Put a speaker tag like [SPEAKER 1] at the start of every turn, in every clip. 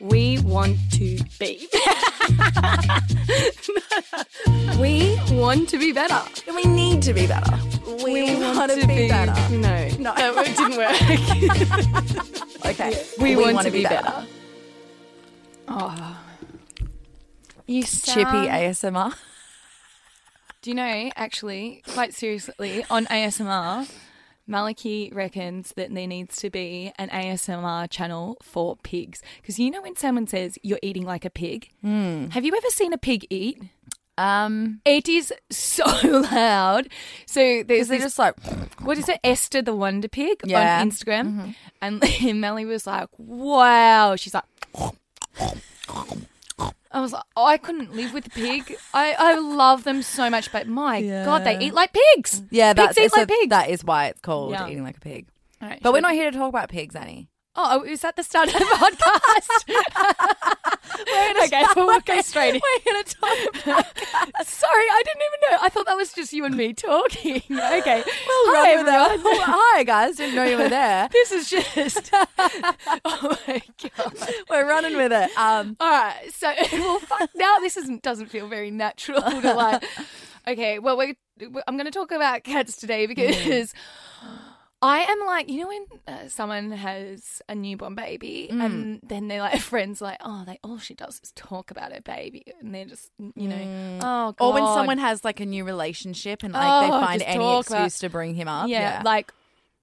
[SPEAKER 1] We want to be. we want to be better.
[SPEAKER 2] We need to be better. We, want to be, better.
[SPEAKER 1] No,
[SPEAKER 2] No.
[SPEAKER 1] no, it didn't work.
[SPEAKER 2] Okay.
[SPEAKER 1] we, want,
[SPEAKER 2] wanna
[SPEAKER 1] to be better. Oh, you
[SPEAKER 2] Chippy
[SPEAKER 1] sound-
[SPEAKER 2] ASMR.
[SPEAKER 1] Do you know, actually, quite seriously, on ASMR, Maliki reckons that there needs to be an ASMR channel for pigs. Because you know when someone says you're eating like a pig? Have you ever seen a pig eat?
[SPEAKER 2] Hmm. Um,
[SPEAKER 1] It is so loud. So there's
[SPEAKER 2] they're
[SPEAKER 1] this,
[SPEAKER 2] just like,
[SPEAKER 1] what is it, Esther the Wonder Pig
[SPEAKER 2] Yeah. Mm-hmm.
[SPEAKER 1] on Instagram? And Melly was like, wow. She's like, I was like, oh, I couldn't live with a pig. I, I love them so much, but my God, they eat like pigs.
[SPEAKER 2] yeah,
[SPEAKER 1] pigs
[SPEAKER 2] that's
[SPEAKER 1] eat
[SPEAKER 2] so
[SPEAKER 1] like pigs.
[SPEAKER 2] That is why it's called
[SPEAKER 1] Yeah.
[SPEAKER 2] eating like a pig.
[SPEAKER 1] All right,
[SPEAKER 2] But we're
[SPEAKER 1] should-
[SPEAKER 2] not here to talk about pigs, Annie.
[SPEAKER 1] Oh, is that the start of the podcast? okay, we'll go straight in.
[SPEAKER 2] We're here to talk.
[SPEAKER 1] Sorry, I didn't even know. I thought that was just you and me talking. Okay.
[SPEAKER 2] Well,
[SPEAKER 1] Hi,
[SPEAKER 2] Hi, everyone.
[SPEAKER 1] everyone.
[SPEAKER 2] Hi, guys. Didn't know you were there.
[SPEAKER 1] This is just. oh my god!
[SPEAKER 2] We're running with it. Um,
[SPEAKER 1] All right, so well, fuck. Now this isn't doesn't feel very natural to like. Okay, well, we're, I'm going to talk about cats today
[SPEAKER 2] Mm.
[SPEAKER 1] because I am like, you know, when uh, someone has a newborn baby
[SPEAKER 2] Mm.
[SPEAKER 1] and then they're like friends, like, oh, they all she does is talk about her baby, and they're just, you know, oh, God.
[SPEAKER 2] Mm. or when someone has like a new relationship and like they
[SPEAKER 1] Oh,
[SPEAKER 2] find
[SPEAKER 1] just
[SPEAKER 2] any
[SPEAKER 1] talk
[SPEAKER 2] excuse
[SPEAKER 1] about-
[SPEAKER 2] to bring him up.
[SPEAKER 1] yeah, like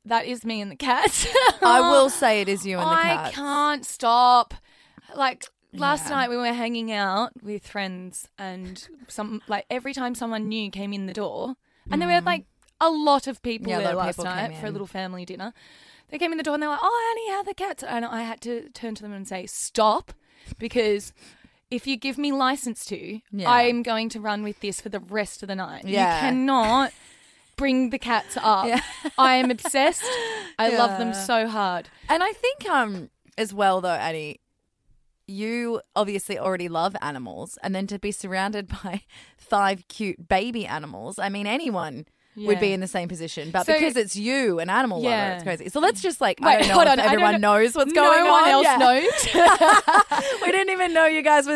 [SPEAKER 1] that is me and the cats.
[SPEAKER 2] I will say it is you and the
[SPEAKER 1] I
[SPEAKER 2] cat.
[SPEAKER 1] can't stop. Like last night we were hanging out with friends and some like every time someone new came in the door and there were like a lot of people
[SPEAKER 2] Mm. Yeah, a lot
[SPEAKER 1] there
[SPEAKER 2] of
[SPEAKER 1] last
[SPEAKER 2] people came
[SPEAKER 1] night for a
[SPEAKER 2] in.
[SPEAKER 1] little family dinner. They came in the door and they were like, "Oh, Annie, how are the cats?" And I had to turn to them and say, "Stop," because if you give me license to,
[SPEAKER 2] Yeah.
[SPEAKER 1] I'm going to run with this for the rest of the night.
[SPEAKER 2] Yeah.
[SPEAKER 1] You cannot bring the cats up.
[SPEAKER 2] Yeah.
[SPEAKER 1] I am obsessed. I love them
[SPEAKER 2] Yeah.
[SPEAKER 1] so hard.
[SPEAKER 2] And I think um as well though, Annie, you obviously already love animals, and then to be surrounded by five cute baby animals, I mean anyone. Would be
[SPEAKER 1] Yeah.
[SPEAKER 2] in the same position, but
[SPEAKER 1] So-
[SPEAKER 2] because it's you, an animal lover,
[SPEAKER 1] Yeah.
[SPEAKER 2] it's crazy. So let's just like I
[SPEAKER 1] Wait,
[SPEAKER 2] don't know
[SPEAKER 1] hold
[SPEAKER 2] if
[SPEAKER 1] on, I don't
[SPEAKER 2] everyone
[SPEAKER 1] know-
[SPEAKER 2] knows what's going on.
[SPEAKER 1] No one else
[SPEAKER 2] Yeah.
[SPEAKER 1] knows.
[SPEAKER 2] We didn't even know you guys were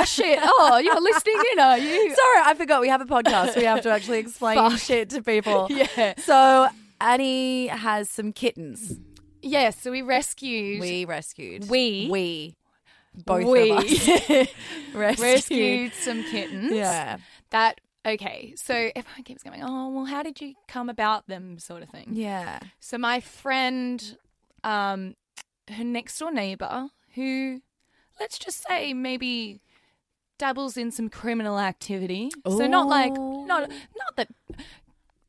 [SPEAKER 1] oh shit! Oh, you're listening in, are you?
[SPEAKER 2] Sorry, I forgot we have a podcast. We have to actually explain
[SPEAKER 1] Fuck.
[SPEAKER 2] shit to people.
[SPEAKER 1] Yeah.
[SPEAKER 2] So Annie has some kittens.
[SPEAKER 1] Yes. so we rescued.
[SPEAKER 2] We rescued.
[SPEAKER 1] We-
[SPEAKER 2] We. Both
[SPEAKER 1] we
[SPEAKER 2] of us rescued.
[SPEAKER 1] rescued some kittens.
[SPEAKER 2] Yeah.
[SPEAKER 1] That okay. So everyone keeps going. Oh well, how did you come about them? Sort of thing.
[SPEAKER 2] Yeah.
[SPEAKER 1] So my friend, um, her next door neighbor, who, let's just say, maybe dabbles in some criminal activity. So not like
[SPEAKER 2] Ooh.
[SPEAKER 1] not not that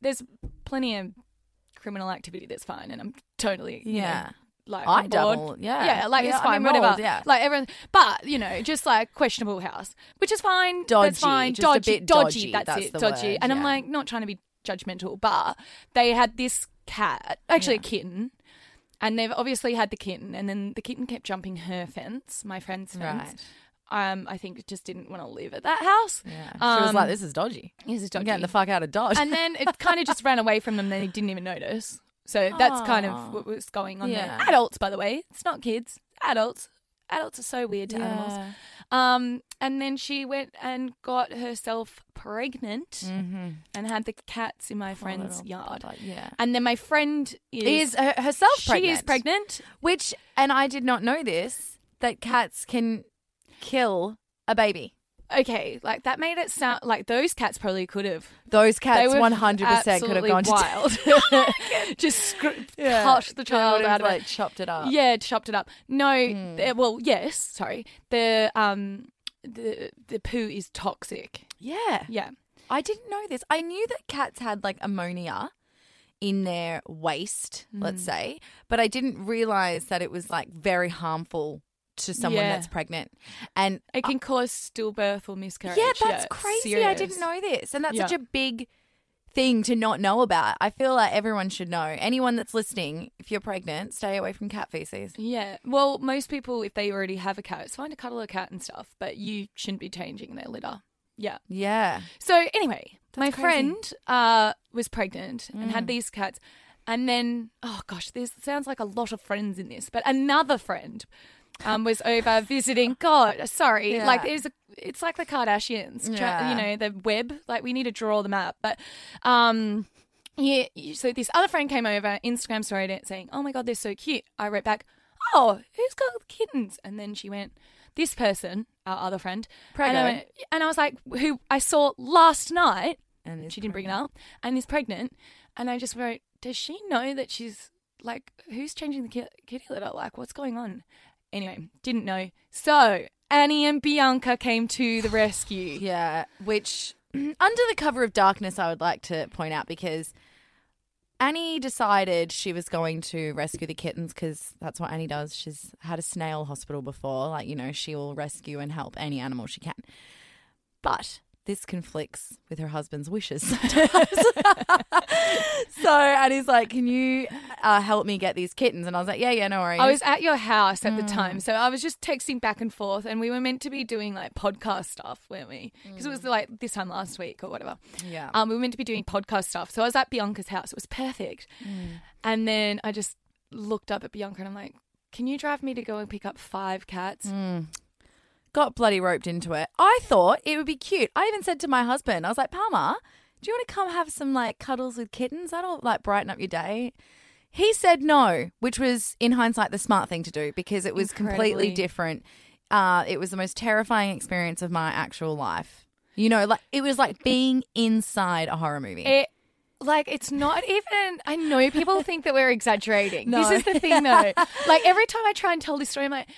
[SPEAKER 1] there's plenty of criminal activity that's fine, and I'm totally you know,
[SPEAKER 2] Yeah.
[SPEAKER 1] like
[SPEAKER 2] I
[SPEAKER 1] on board.
[SPEAKER 2] double. Yeah.
[SPEAKER 1] Yeah, like it's
[SPEAKER 2] I
[SPEAKER 1] fine,
[SPEAKER 2] mean, we're
[SPEAKER 1] whatever.
[SPEAKER 2] old, yeah.
[SPEAKER 1] Like everyone, but you know, just like questionable house, which is fine.
[SPEAKER 2] Dodgy,
[SPEAKER 1] that's fine.
[SPEAKER 2] just a
[SPEAKER 1] dodgy,
[SPEAKER 2] bit dodgy,
[SPEAKER 1] That's,
[SPEAKER 2] that's
[SPEAKER 1] it,
[SPEAKER 2] the
[SPEAKER 1] dodgy.
[SPEAKER 2] word,
[SPEAKER 1] and I'm
[SPEAKER 2] yeah.
[SPEAKER 1] like, not trying to be judgmental, but they had this cat, actually a kitten, and they've obviously had the kitten, and then the kitten kept jumping her fence, my friend's fence.
[SPEAKER 2] Right.
[SPEAKER 1] Um, I think it just didn't want to live at that house.
[SPEAKER 2] Yeah. she was
[SPEAKER 1] Um,
[SPEAKER 2] like, "This is dodgy.
[SPEAKER 1] This is
[SPEAKER 2] I'm
[SPEAKER 1] dodgy.
[SPEAKER 2] getting the fuck out of Dodge."
[SPEAKER 1] and then it kind of just ran away from them. They didn't even notice. So that's kind of what was going on
[SPEAKER 2] Yeah.
[SPEAKER 1] there. Adults, by the way, it's not kids. Adults. Adults are so weird to animals.
[SPEAKER 2] Yeah.
[SPEAKER 1] Um, and then she went and got herself pregnant and had the cats in my friend's
[SPEAKER 2] Mm. Mm-hmm. little
[SPEAKER 1] yard.
[SPEAKER 2] But yeah.
[SPEAKER 1] And then my friend is,
[SPEAKER 2] Is her, herself
[SPEAKER 1] she
[SPEAKER 2] pregnant?
[SPEAKER 1] is pregnant.
[SPEAKER 2] Which, and I did not know this that cats can kill a baby.
[SPEAKER 1] Okay, like that made it sound like those cats probably could have.
[SPEAKER 2] Those
[SPEAKER 1] They
[SPEAKER 2] cats
[SPEAKER 1] were
[SPEAKER 2] one hundred percent could have
[SPEAKER 1] absolutely
[SPEAKER 2] gone to Oh
[SPEAKER 1] wild. Just scr- cut the
[SPEAKER 2] They would
[SPEAKER 1] child
[SPEAKER 2] have,
[SPEAKER 1] out of it.
[SPEAKER 2] like chopped it up. Hmm.
[SPEAKER 1] Yeah, chopped it up. No, the- well, yes, sorry. The um the the poo is toxic.
[SPEAKER 2] yeah.
[SPEAKER 1] Yeah.
[SPEAKER 2] I didn't know this. I knew that cats had like ammonia in their waste,
[SPEAKER 1] Mm.
[SPEAKER 2] let's say, but I didn't realize that it was like very harmful to someone
[SPEAKER 1] Yeah.
[SPEAKER 2] that's pregnant. And
[SPEAKER 1] It can cause stillbirth or miscarriage.
[SPEAKER 2] Ah. yeah, that's crazy. I
[SPEAKER 1] serious.
[SPEAKER 2] didn't know this. And that's
[SPEAKER 1] Yeah.
[SPEAKER 2] such a big thing to not know about. I feel like everyone should know. Anyone that's listening, if you're pregnant, stay away from cat feces.
[SPEAKER 1] Yeah. Well, most people if they already have a cat, it's fine to cuddle a cat and stuff, but you shouldn't be changing their litter. Yeah.
[SPEAKER 2] Yeah.
[SPEAKER 1] So anyway, my
[SPEAKER 2] crazy. Mm.
[SPEAKER 1] friend uh, was pregnant and had these cats, and then oh gosh, this sounds like a lot of friends in this, but another friend um, was over visiting. God, sorry.
[SPEAKER 2] Yeah.
[SPEAKER 1] Like there's a, it's like the Kardashians, tra-
[SPEAKER 2] Yeah.
[SPEAKER 1] you know, the web. Like we need to draw them out. But um, yeah. So this other friend came over, Instagram story it saying, "Oh my god, they're so cute." I wrote back, "Oh, who's got kittens?" And then she went, "This person, our other friend." And I,
[SPEAKER 2] Preggo.
[SPEAKER 1] went, and I was like, "Who I saw last night."
[SPEAKER 2] And it's
[SPEAKER 1] she didn't bring it up and is pregnant and i just wrote does she know that she's like who's changing the ki- kitty litter like what's going on anyway didn't know so annie and bianca came to the rescue
[SPEAKER 2] Yeah, which under the cover of darkness, I would like to point out because Annie decided she was going to rescue the kittens because that's what Annie does. She's had a snail hospital before. Like, you know, she will rescue and help any animal she can. But this conflicts with her husband's wishes sometimes. so Annie's like, Can you uh, help me get these kittens? And I was like, Yeah, yeah, no worries.
[SPEAKER 1] i was at your house at the time so i was just texting back and forth and we were meant to be doing like podcast stuff weren't we because it was like this time last week or whatever
[SPEAKER 2] yeah.
[SPEAKER 1] um, we were meant to be doing podcast stuff. So I was at Bianca's house. It was perfect.
[SPEAKER 2] Mm.
[SPEAKER 1] And then I just looked up at Bianca and I'm like, can you drive me to go and pick up five cats?
[SPEAKER 2] Mm. got bloody roped into it. I thought it would be cute. I even said to my husband, I was like, Palmer, do you want to come have some like cuddles with kittens? That'll like brighten up your day. He said no, which was in hindsight the smart thing to do because it was completely
[SPEAKER 1] Incredibly.
[SPEAKER 2] different. Uh, it was the most terrifying experience of my actual life. You know, like it was like being inside a horror movie.
[SPEAKER 1] It, like, it's not even, I know people think that we're exaggerating.
[SPEAKER 2] No.
[SPEAKER 1] This is the thing though. like, every time I try and tell this story, I'm like,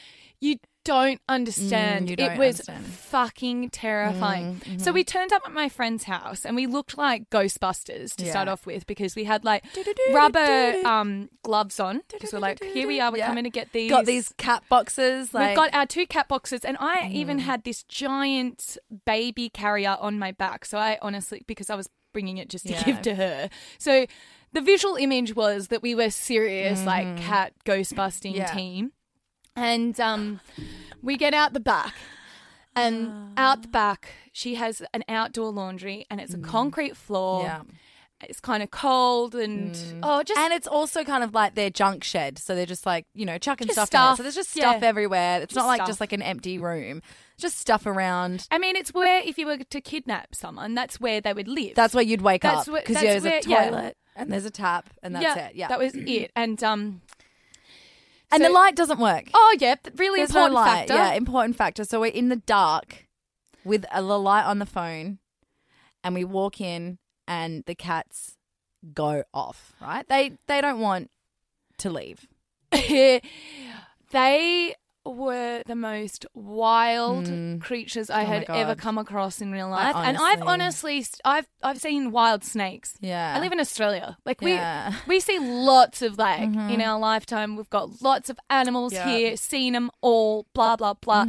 [SPEAKER 1] you don't understand.
[SPEAKER 2] Mm, you don't
[SPEAKER 1] it was
[SPEAKER 2] understand. Mm, mm-hmm.
[SPEAKER 1] fucking terrifying. So we turned up at my friend's house and we looked like Ghostbusters to
[SPEAKER 2] Yeah.
[SPEAKER 1] start off with because we had like rubber um, gloves on because we're like, here we are, we're
[SPEAKER 2] Yeah.
[SPEAKER 1] coming to get these.
[SPEAKER 2] got these cat boxes. Like, Mm.
[SPEAKER 1] We've got our two cat boxes, and I even had this giant baby carrier on my back. So I honestly, because I was bringing it just to
[SPEAKER 2] Yeah.
[SPEAKER 1] give to her. So the visual image was that we were serious, like cat ghost busting
[SPEAKER 2] Mm. Yeah.
[SPEAKER 1] team. And um, we get out the back. And
[SPEAKER 2] Ah.
[SPEAKER 1] out the back, she has an outdoor laundry, and it's a concrete floor.
[SPEAKER 2] Mm. yeah. Mm.
[SPEAKER 1] It's kind of cold, and oh, just
[SPEAKER 2] And it's also kind of like their junk shed. So they're just like, you know, chucking
[SPEAKER 1] Just
[SPEAKER 2] stuff, in it.
[SPEAKER 1] stuff,
[SPEAKER 2] So there's just
[SPEAKER 1] yeah.
[SPEAKER 2] stuff everywhere. It's not
[SPEAKER 1] Just
[SPEAKER 2] like
[SPEAKER 1] stuff.
[SPEAKER 2] just like an empty room. Just stuff around.
[SPEAKER 1] I mean, it's where if you were to kidnap someone, that's where they would live.
[SPEAKER 2] That's where you'd wake
[SPEAKER 1] That's
[SPEAKER 2] up
[SPEAKER 1] where-
[SPEAKER 2] because
[SPEAKER 1] that's
[SPEAKER 2] there's
[SPEAKER 1] where-
[SPEAKER 2] a
[SPEAKER 1] yeah.
[SPEAKER 2] toilet and there's a tap and that's it. Yeah. Mm-hmm.
[SPEAKER 1] that was it. And um,
[SPEAKER 2] and the
[SPEAKER 1] so-
[SPEAKER 2] light doesn't work.
[SPEAKER 1] oh yeah, th- really
[SPEAKER 2] there's
[SPEAKER 1] important
[SPEAKER 2] no light.
[SPEAKER 1] factor.
[SPEAKER 2] Yeah, important factor. So we're in the dark with a the light on the phone and we walk in and the cats go off, right? They they don't want to leave.
[SPEAKER 1] they were the most wild creatures I
[SPEAKER 2] Oh my
[SPEAKER 1] had ever
[SPEAKER 2] God.
[SPEAKER 1] come across in real life.
[SPEAKER 2] I
[SPEAKER 1] and I've
[SPEAKER 2] honestly-
[SPEAKER 1] honestly, s- I've I've seen wild snakes.
[SPEAKER 2] Yeah.
[SPEAKER 1] I live in Australia. Like we
[SPEAKER 2] Yeah. Mm-hmm.
[SPEAKER 1] we see lots of like in our lifetime. We've got lots of animals
[SPEAKER 2] Yeah. Mm-hmm.
[SPEAKER 1] here, seen them all. Blah blah blah.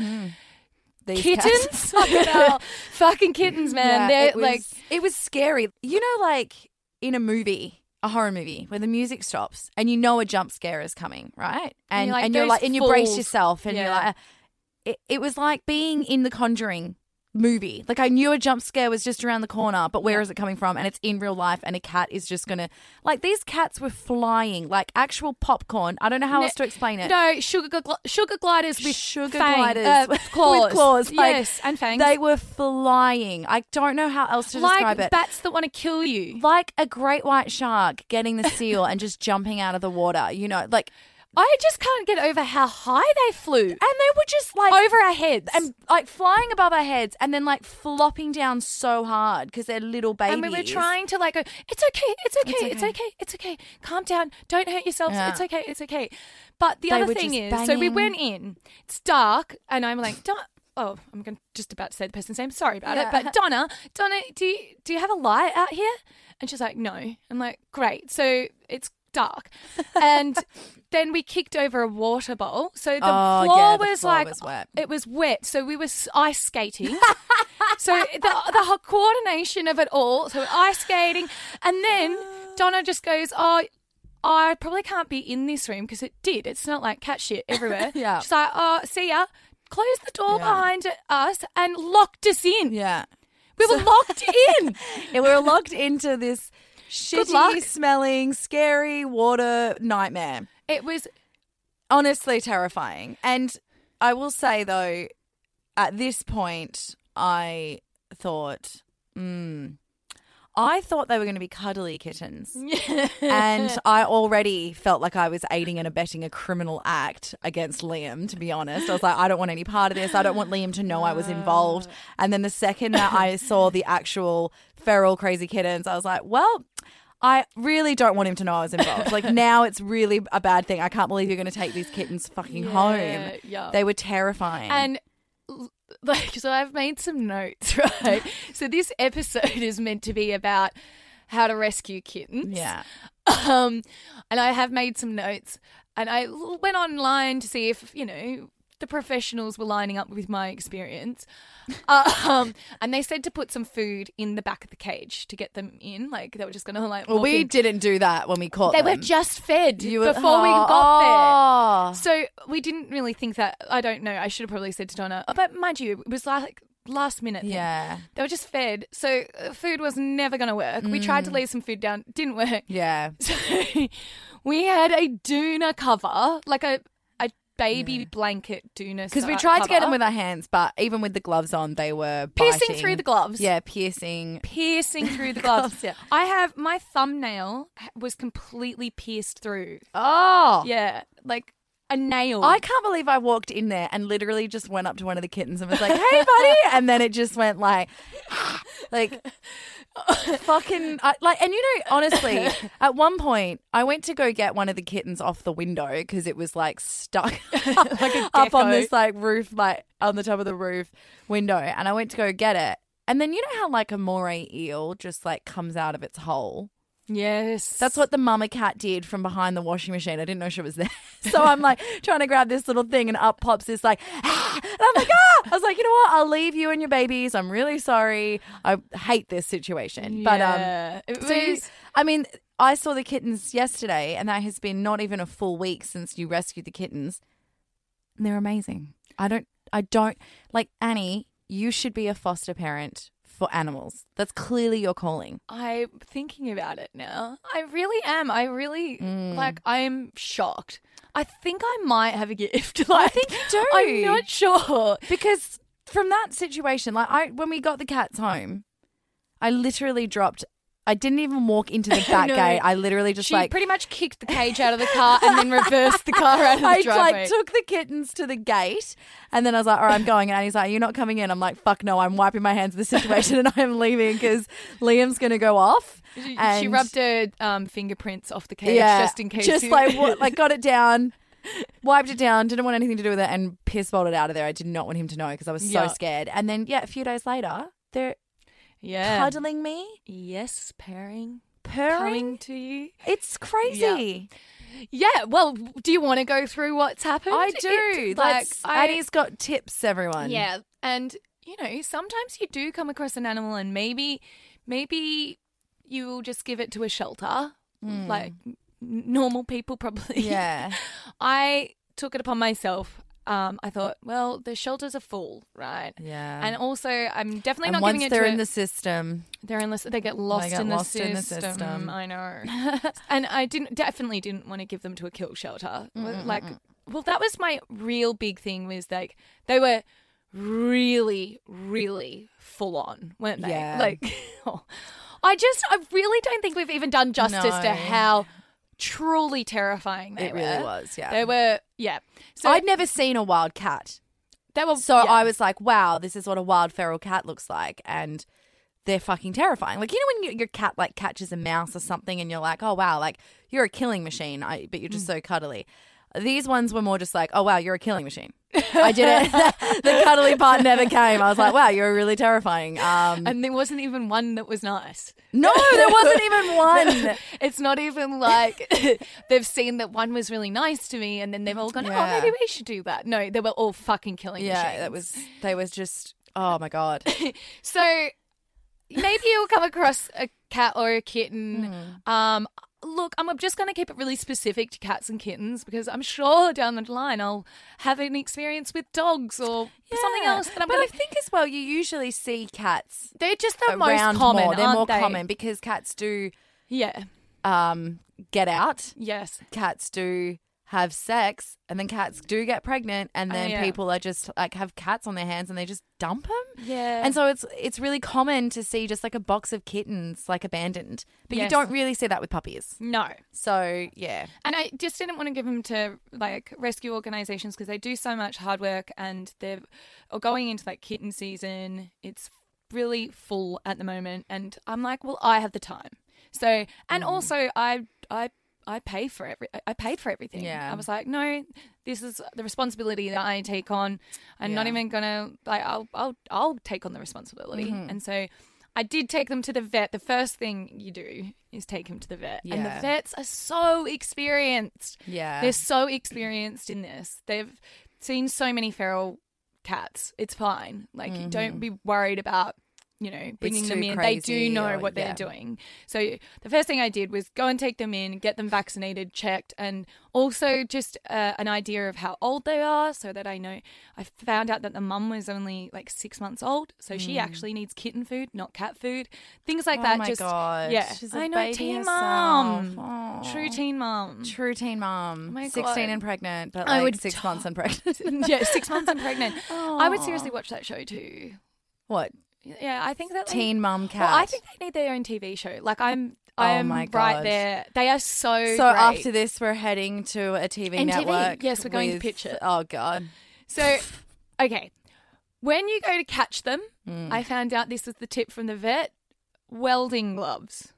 [SPEAKER 2] These cats.
[SPEAKER 1] Kittens, Fucking hell. fucking kittens, man.
[SPEAKER 2] Yeah,
[SPEAKER 1] They're
[SPEAKER 2] it was,
[SPEAKER 1] like
[SPEAKER 2] it was scary. You know, like in a movie, a horror movie, where the music stops and you know a jump scare is coming, right? And and
[SPEAKER 1] you're
[SPEAKER 2] you're
[SPEAKER 1] like,
[SPEAKER 2] like, and,
[SPEAKER 1] "Those
[SPEAKER 2] you brace
[SPEAKER 1] fools."
[SPEAKER 2] yourself, and you're
[SPEAKER 1] Yeah.
[SPEAKER 2] like, uh, it, it was like being in the Conjuring movie. Like I knew a jump scare was just around the corner, but where is it coming from? And it's in real life, and a cat is just gonna like these cats were flying like actual popcorn. I don't know how
[SPEAKER 1] Ne-
[SPEAKER 2] else to explain it.
[SPEAKER 1] No, sugar gl- sugar gliders with
[SPEAKER 2] sugar
[SPEAKER 1] fang-
[SPEAKER 2] gliders
[SPEAKER 1] uh,
[SPEAKER 2] with
[SPEAKER 1] with claws,
[SPEAKER 2] claws, like,
[SPEAKER 1] yes, and fangs.
[SPEAKER 2] They were flying. I don't know how else to describe
[SPEAKER 1] like
[SPEAKER 2] it.
[SPEAKER 1] bats that want to kill you.
[SPEAKER 2] like a great white shark getting the seal and just jumping out of the water, you know, like
[SPEAKER 1] I just can't get over how high they flew Oh,
[SPEAKER 2] and they were just like
[SPEAKER 1] over our heads,
[SPEAKER 2] and like flying above our heads and then like flopping down so hard because they're little babies.
[SPEAKER 1] and we were trying to like go. It's okay, it's okay, it's okay, it's okay, Calm down, don't hurt yourselves.
[SPEAKER 2] Yeah.
[SPEAKER 1] It's okay, it's okay. But the
[SPEAKER 2] They
[SPEAKER 1] other
[SPEAKER 2] were
[SPEAKER 1] thing is,
[SPEAKER 2] just
[SPEAKER 1] so we
[SPEAKER 2] banging.
[SPEAKER 1] went in. It's dark, and I'm like, Don- oh, I'm going just about to say the person's name. Sorry about
[SPEAKER 2] Yeah.
[SPEAKER 1] it, but Donna, Donna, do you, do you have a light out here? And she's like, no. I'm like, great. So it's dark, and then we kicked over a water bowl. So the
[SPEAKER 2] Oh,
[SPEAKER 1] floor
[SPEAKER 2] yeah, the
[SPEAKER 1] was
[SPEAKER 2] floor
[SPEAKER 1] like
[SPEAKER 2] was wet.
[SPEAKER 1] it was wet, so we were s- ice skating. so the, the whole coordination of it all, so we're ice skating, and then
[SPEAKER 2] Ah.
[SPEAKER 1] Donna just goes, "Oh, I probably can't be in this room because it did. It smelled like cat shit everywhere."
[SPEAKER 2] Yeah.
[SPEAKER 1] she's like, "Oh, see ya." Closed the door
[SPEAKER 2] Yeah.
[SPEAKER 1] behind us and locked us in.
[SPEAKER 2] Yeah.
[SPEAKER 1] We were locked in.
[SPEAKER 2] And we were locked into this shitty
[SPEAKER 1] luck.
[SPEAKER 2] smelling, scary water nightmare.
[SPEAKER 1] It was
[SPEAKER 2] Honestly terrifying. And I will say though, at this point, I thought, mm, I thought they were going to be cuddly kittens. and I already felt like I was aiding and abetting a criminal act against Liam, to be honest. I was like, I don't want any part of this. I don't want Liam to know I was involved. And then the second that I saw the actual feral crazy kittens, I was like, well, I really don't want him to know I was involved. Like now it's really a bad thing. I can't believe you're going to take these kittens fucking home.
[SPEAKER 1] Yeah.
[SPEAKER 2] They were terrifying.
[SPEAKER 1] And l- like, so I've made some notes, right? so this episode is meant to be about how to rescue kittens.
[SPEAKER 2] yeah.
[SPEAKER 1] Um, and I have made some notes, and I l- went online to see if you know the professionals were lining up with my experience. um, and they said to put some food in the back of the cage to get them in. Like they were just gonna like.
[SPEAKER 2] Well,
[SPEAKER 1] walk
[SPEAKER 2] we
[SPEAKER 1] in.
[SPEAKER 2] didn't do that when we caught
[SPEAKER 1] They
[SPEAKER 2] them.
[SPEAKER 1] were just fed
[SPEAKER 2] You were-
[SPEAKER 1] before we
[SPEAKER 2] Oh,
[SPEAKER 1] got there.
[SPEAKER 2] oh.
[SPEAKER 1] So we didn't really think that. I don't know. I should have probably said to Donna, oh, but mind you, it was like last minute. thing.
[SPEAKER 2] Yeah.
[SPEAKER 1] They were just fed. So uh, food was never going to work. We tried to
[SPEAKER 2] Mm.
[SPEAKER 1] leave some food down, didn't work.
[SPEAKER 2] Yeah.
[SPEAKER 1] So we had a doona cover, like a, a baby blanket doona.
[SPEAKER 2] Because we
[SPEAKER 1] style
[SPEAKER 2] tried to get
[SPEAKER 1] cover,
[SPEAKER 2] them with our hands, but even with the gloves on, they were
[SPEAKER 1] piercing
[SPEAKER 2] biting.
[SPEAKER 1] through the gloves.
[SPEAKER 2] Yeah, piercing.
[SPEAKER 1] Piercing through the gloves.
[SPEAKER 2] Gloves, yeah.
[SPEAKER 1] I have my thumbnail h- was completely pierced through.
[SPEAKER 2] Oh.
[SPEAKER 1] Yeah, like a nail.
[SPEAKER 2] I can't believe I walked in there and literally just went up to one of the kittens and was like, "Hey, buddy!" and then it just went like, like, fucking, I, like. And you know, honestly, at one point, I went to go get one of the kittens off the window because it was like stuck up on
[SPEAKER 1] gecko.
[SPEAKER 2] this like roof, like on the top of the roof window, and I went to go get it. And then you know how like a moray eel just like comes out of its hole.
[SPEAKER 1] yes,
[SPEAKER 2] That's what the mama cat did from behind the washing machine. I didn't know she was there. So I'm like trying to grab this little thing and up pops this like, "Ah!" and I'm like, ah! I was like, you know what? I'll leave you and your babies. I'm really sorry. I hate this situation.
[SPEAKER 1] Yeah.
[SPEAKER 2] But
[SPEAKER 1] It
[SPEAKER 2] um, so you-
[SPEAKER 1] was-
[SPEAKER 2] I mean, I saw the kittens yesterday and that has been not even a full week since you rescued the kittens. And they're amazing. I don't, I don't, like Annie, you should be a foster parent for animals. That's clearly your calling.
[SPEAKER 1] I'm thinking about it now. I really am. I really
[SPEAKER 2] Mm.
[SPEAKER 1] like. I'm shocked. I think I might have a gift. Like,
[SPEAKER 2] think you do.
[SPEAKER 1] I'm not sure.
[SPEAKER 2] because from that situation, like I when we got the cats home, I literally dropped. I didn't even walk into the back
[SPEAKER 1] No.
[SPEAKER 2] gate. I literally just
[SPEAKER 1] She
[SPEAKER 2] like
[SPEAKER 1] pretty much kicked the cage out of the car and then reversed the car out of the
[SPEAKER 2] I
[SPEAKER 1] driveway.
[SPEAKER 2] like took the kittens to the gate, and then I was like, "All right, I'm going." And he's like, "You're not coming in." I'm like, "Fuck no!" I'm wiping my hands of the situation, and I'm leaving because Liam's gonna go off.
[SPEAKER 1] she, she
[SPEAKER 2] and-
[SPEAKER 1] rubbed her um, fingerprints off the cage just in case.
[SPEAKER 2] Just
[SPEAKER 1] you-
[SPEAKER 2] like what, like got it down, wiped it down. Didn't want anything to do with it, and piss bolted out of there. I did not want him to know because I was so
[SPEAKER 1] Yeah.
[SPEAKER 2] scared. And then yeah, a few days later, they're
[SPEAKER 1] yeah.
[SPEAKER 2] cuddling me,
[SPEAKER 1] Yes, pairing.
[SPEAKER 2] purring.
[SPEAKER 1] Coming to you.
[SPEAKER 2] It's crazy.
[SPEAKER 1] Yeah. Well, do you want to go through what's happened?
[SPEAKER 2] I do.
[SPEAKER 1] It-
[SPEAKER 2] like,
[SPEAKER 1] I-
[SPEAKER 2] Annie's got tips, everyone.
[SPEAKER 1] Yeah, and you know, sometimes you do come across an animal, and maybe, maybe you will just give it to a shelter, like n- normal people probably.
[SPEAKER 2] Hmm. Yeah.
[SPEAKER 1] I took it upon myself. Um, I thought, well, the shelters are full, right?
[SPEAKER 2] Yeah.
[SPEAKER 1] And also, I'm definitely
[SPEAKER 2] And
[SPEAKER 1] not
[SPEAKER 2] once
[SPEAKER 1] giving it
[SPEAKER 2] they're
[SPEAKER 1] to
[SPEAKER 2] in
[SPEAKER 1] a-
[SPEAKER 2] the system,
[SPEAKER 1] they're in this, they get lost,
[SPEAKER 2] get
[SPEAKER 1] in, the
[SPEAKER 2] lost in the
[SPEAKER 1] system.
[SPEAKER 2] system.
[SPEAKER 1] I know. and I didn't definitely didn't want to give them to a kill shelter.
[SPEAKER 2] Mm,
[SPEAKER 1] Like, well, that was my real big thing was like they were really, really full on, weren't they?
[SPEAKER 2] Yeah.
[SPEAKER 1] Like, I just, I really don't think we've even done justice to
[SPEAKER 2] No.
[SPEAKER 1] how truly terrifying they
[SPEAKER 2] it
[SPEAKER 1] were.
[SPEAKER 2] really was. Yeah.
[SPEAKER 1] They were, yeah. So
[SPEAKER 2] I'd never seen a wild cat.
[SPEAKER 1] they were.
[SPEAKER 2] So
[SPEAKER 1] yeah.
[SPEAKER 2] I was like, wow, this is what a wild feral cat looks like. And they're fucking terrifying. Like, you know, when you, your cat like catches a mouse or something and you're like, oh, wow, like you're a killing machine, I, but you're just
[SPEAKER 1] Mm.
[SPEAKER 2] so cuddly. These ones were more just like, oh, wow, you're a killing machine. I didn't, the cuddly part never came. I was like, wow, you're really terrifying. Um,
[SPEAKER 1] and there wasn't even one that was nice.
[SPEAKER 2] no, there wasn't even one.
[SPEAKER 1] It's not even like they've seen that one was really nice to me, and then they've all gone,
[SPEAKER 2] Yeah.
[SPEAKER 1] "Oh, maybe we should do that." No, they were all fucking killing
[SPEAKER 2] Yeah,
[SPEAKER 1] machines.
[SPEAKER 2] that was, they was just, oh my God.
[SPEAKER 1] So maybe you'll come across a cat or a kitten.
[SPEAKER 2] Hmm.
[SPEAKER 1] Um, look, I'm just going to keep it really specific to cats and kittens because I'm sure down the line I'll have an experience with dogs or something
[SPEAKER 2] Yeah.
[SPEAKER 1] else that I'm
[SPEAKER 2] but
[SPEAKER 1] going
[SPEAKER 2] I
[SPEAKER 1] to.
[SPEAKER 2] think as well, you usually see cats
[SPEAKER 1] They're just the
[SPEAKER 2] around
[SPEAKER 1] most common.
[SPEAKER 2] more. They're
[SPEAKER 1] aren't
[SPEAKER 2] more
[SPEAKER 1] they?
[SPEAKER 2] common because cats do
[SPEAKER 1] Yeah.
[SPEAKER 2] um, get out.
[SPEAKER 1] Yes.
[SPEAKER 2] Cats do have sex, and then cats do get pregnant, and
[SPEAKER 1] Oh,
[SPEAKER 2] then
[SPEAKER 1] yeah.
[SPEAKER 2] people are just like have cats on their hands and they just dump them.
[SPEAKER 1] Yeah.
[SPEAKER 2] And so it's it's really common to see just like a box of kittens like abandoned, but you
[SPEAKER 1] Yes.
[SPEAKER 2] don't really see that with puppies.
[SPEAKER 1] no.
[SPEAKER 2] So yeah,
[SPEAKER 1] And I just didn't want to give them to like rescue organizations because they do so much hard work and they're or going into like kitten season. It's really full at the moment, and I'm like, well, I have the time. So,
[SPEAKER 2] Mm.
[SPEAKER 1] and also, I I I pay for every I paid for everything.
[SPEAKER 2] Yeah.
[SPEAKER 1] I was like, no, this is the responsibility that I take on. I'm not
[SPEAKER 2] Yeah.
[SPEAKER 1] even gonna like I'll I'll I'll take on the responsibility,
[SPEAKER 2] Mm-hmm.
[SPEAKER 1] and so. I did take them to the vet. The first thing you do is take them to the vet. And
[SPEAKER 2] Yeah.
[SPEAKER 1] the vets are so experienced.
[SPEAKER 2] yeah,
[SPEAKER 1] They're so experienced in this. They've seen so many feral cats. It's fine. Like, don't be worried about, you know, bringing them
[SPEAKER 2] Mm-hmm. too
[SPEAKER 1] in. they do
[SPEAKER 2] crazy
[SPEAKER 1] know
[SPEAKER 2] or-
[SPEAKER 1] what
[SPEAKER 2] yeah.
[SPEAKER 1] they're doing. So, the first thing I did was go and take them in, get them vaccinated, checked, and also just uh, an idea of how old they are so that I know. I found out that the mum was only like six months old. So, she actually needs kitten food, not cat food. Things like
[SPEAKER 2] Mm. oh
[SPEAKER 1] that.
[SPEAKER 2] my
[SPEAKER 1] just,
[SPEAKER 2] god,
[SPEAKER 1] yeah.
[SPEAKER 2] she's a
[SPEAKER 1] I know,
[SPEAKER 2] baby
[SPEAKER 1] teen
[SPEAKER 2] herself.
[SPEAKER 1] mum.
[SPEAKER 2] Aw.
[SPEAKER 1] True teen mum.
[SPEAKER 2] True teen mom,
[SPEAKER 1] Oh my
[SPEAKER 2] sixteen
[SPEAKER 1] God.
[SPEAKER 2] and pregnant, but like
[SPEAKER 1] I would
[SPEAKER 2] six months and pregnant.
[SPEAKER 1] yeah, six months and pregnant. I would seriously watch that show too.
[SPEAKER 2] what
[SPEAKER 1] Yeah, I think that like-
[SPEAKER 2] teen mom cat?
[SPEAKER 1] Well, I think they need their own TV show. Like I'm,
[SPEAKER 2] Oh
[SPEAKER 1] I'm
[SPEAKER 2] my
[SPEAKER 1] right
[SPEAKER 2] gosh.
[SPEAKER 1] there. They are so.
[SPEAKER 2] so.
[SPEAKER 1] great.
[SPEAKER 2] After this, we're heading to a TV
[SPEAKER 1] NTV,
[SPEAKER 2] network.
[SPEAKER 1] yes, we're going to
[SPEAKER 2] with-
[SPEAKER 1] pitch it.
[SPEAKER 2] Oh god,
[SPEAKER 1] so, okay, when you go to catch them,
[SPEAKER 2] Mm.
[SPEAKER 1] I found out this was the tip from the vet: welding gloves.